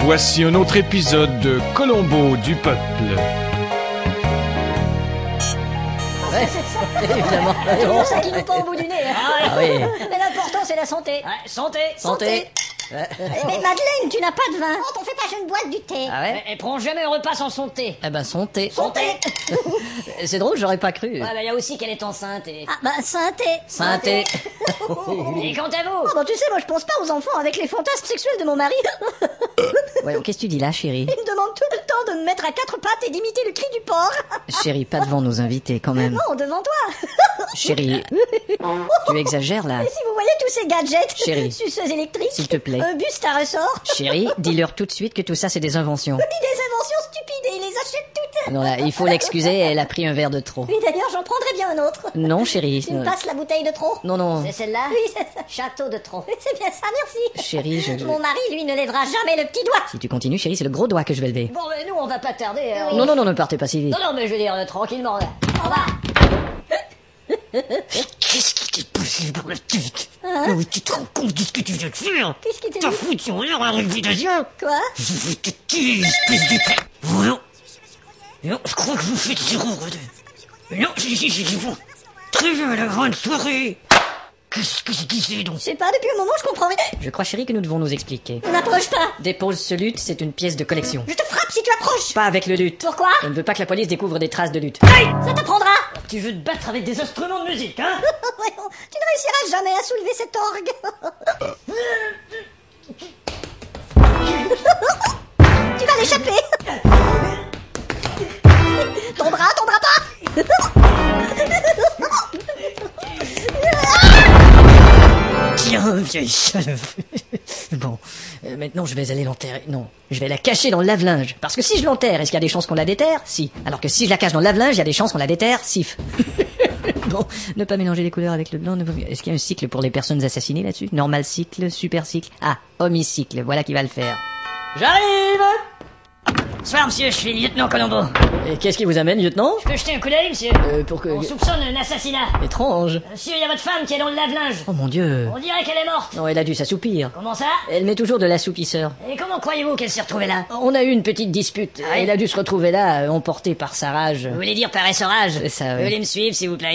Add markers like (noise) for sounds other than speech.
Voici un autre épisode de Colombo du peuple. Ouais, évidemment. Toujours ça qui nous pend au bout du nez. hein. Ah oui. Mais l'important, c'est la santé. Ouais, santé Santé. Mais Madeleine, tu n'as pas de vin. Quand on fait Oh, pas une boîte du thé. Oh. Ah ouais Et prends jamais un repas sans son thé. Eh ben santé. thé C'est drôle, j'aurais pas cru. Ouais, bah il y a aussi qu'elle est enceinte et... Ah, bah, santé. Santé. Ah Et quant à vous Oh, bah, tu sais, moi, je pense pas aux enfants avec les fantasmes sexuels de mon mari. (laughs) Ouais, qu'est-ce que tu dis là, chérie Il me demande tout le temps de me mettre à quatre pattes et d'imiter le cri du porc. Chérie, pas devant nos invités quand même. Non, devant toi. Chérie, tu exagères là. Et si vous voyez tous ces gadgets, (laughs) Chérie. suceuses électriques, S'il te plaît. un buste à ressort, Chérie, dis-leur tout de suite que tout ça c'est des inventions. puis des inventions stupides et il les achète toutes. Non, là, il faut l'excuser, elle a pris un verre de trop. Oui, d'ailleurs, j'en prendrais bien un autre. Non, chérie. Tu me non. passes la bouteille de trop Non, non. C'est celle-là Oui, c'est ça. Château de trop. C'est bien ça, merci. Chérie, (laughs) je- Mon mari, lui, ne lèvera jamais le petit doigt. Si tu continues, chérie, c'est le gros doigt que je vais lever. Bon, mais nous, on va pas tarder. hein. Non, non, non, ne partez pas si vite. Non, non, mais je veux dire, euh, tranquillement. là. Au revoir. Qu'est-ce qui t'est passé dans la tête Mais oui, tu te rends compte de ce que tu viens de faire Hein Qu'est-ce qui te T'as dit foutu en l'air la réputation Quoi Je vais te tuer, espèce de... Voyons Non, je crois que vous faites zéro, deux. Non, si, si, si, c'est bon. Très bien, la grande soirée Qu'est-ce que c'était c'est donc Je sais pas, depuis un moment, je comprends rien. Je crois, chérie, que nous devons nous expliquer. On n'approche pas. Dépose ce lutte, c'est une pièce de collection. Je te frappe si tu approches. Pas avec le lutte. Pourquoi On ne veut pas que la police découvre des traces de lutte. Ça t'apprendra. Tu veux te battre avec des instruments de (laughs) musique, hein (laughs) Voyons, tu ne réussiras jamais à soulever cet orgue. (laughs) tu vas l'échapper. (laughs) Ton bras tombera pas. Tiens, vieille salope Bon, euh, maintenant je vais aller l'enterrer. Non, je vais la cacher dans le lave-linge. Parce que si je l'enterre, est-ce qu'il y a des chances qu'on la déterre Si. Alors que si je la cache dans le lave-linge, il y a des chances qu'on la déterre Sif. (laughs) bon, ne pas mélanger les couleurs avec le blanc. ne pas- Est-ce qu'il y a un cycle pour les personnes assassinées là-dessus Normal cycle, super cycle. Ah, homicycle, voilà qui va le faire. J'arrive Bonsoir, monsieur, je suis lieutenant Colombo. Et qu'est-ce qui vous amène, lieutenant Je peux jeter un coup d'œil, monsieur Euh, pour que... On soupçonne un assassinat. Étrange. Monsieur, il y a votre femme qui est dans le lave-linge. Oh mon dieu. On dirait qu'elle est morte. Non, elle a dû s'assoupir. Comment ça Elle met toujours de l'assoupisseur. Et comment croyez-vous qu'elle s'est retrouvée là On a eu une petite dispute. Elle a dû se retrouver là, euh, emportée par sa rage. Vous voulez dire par essorage C'est ça, oui. Vous voulez me suivre, s'il vous plaît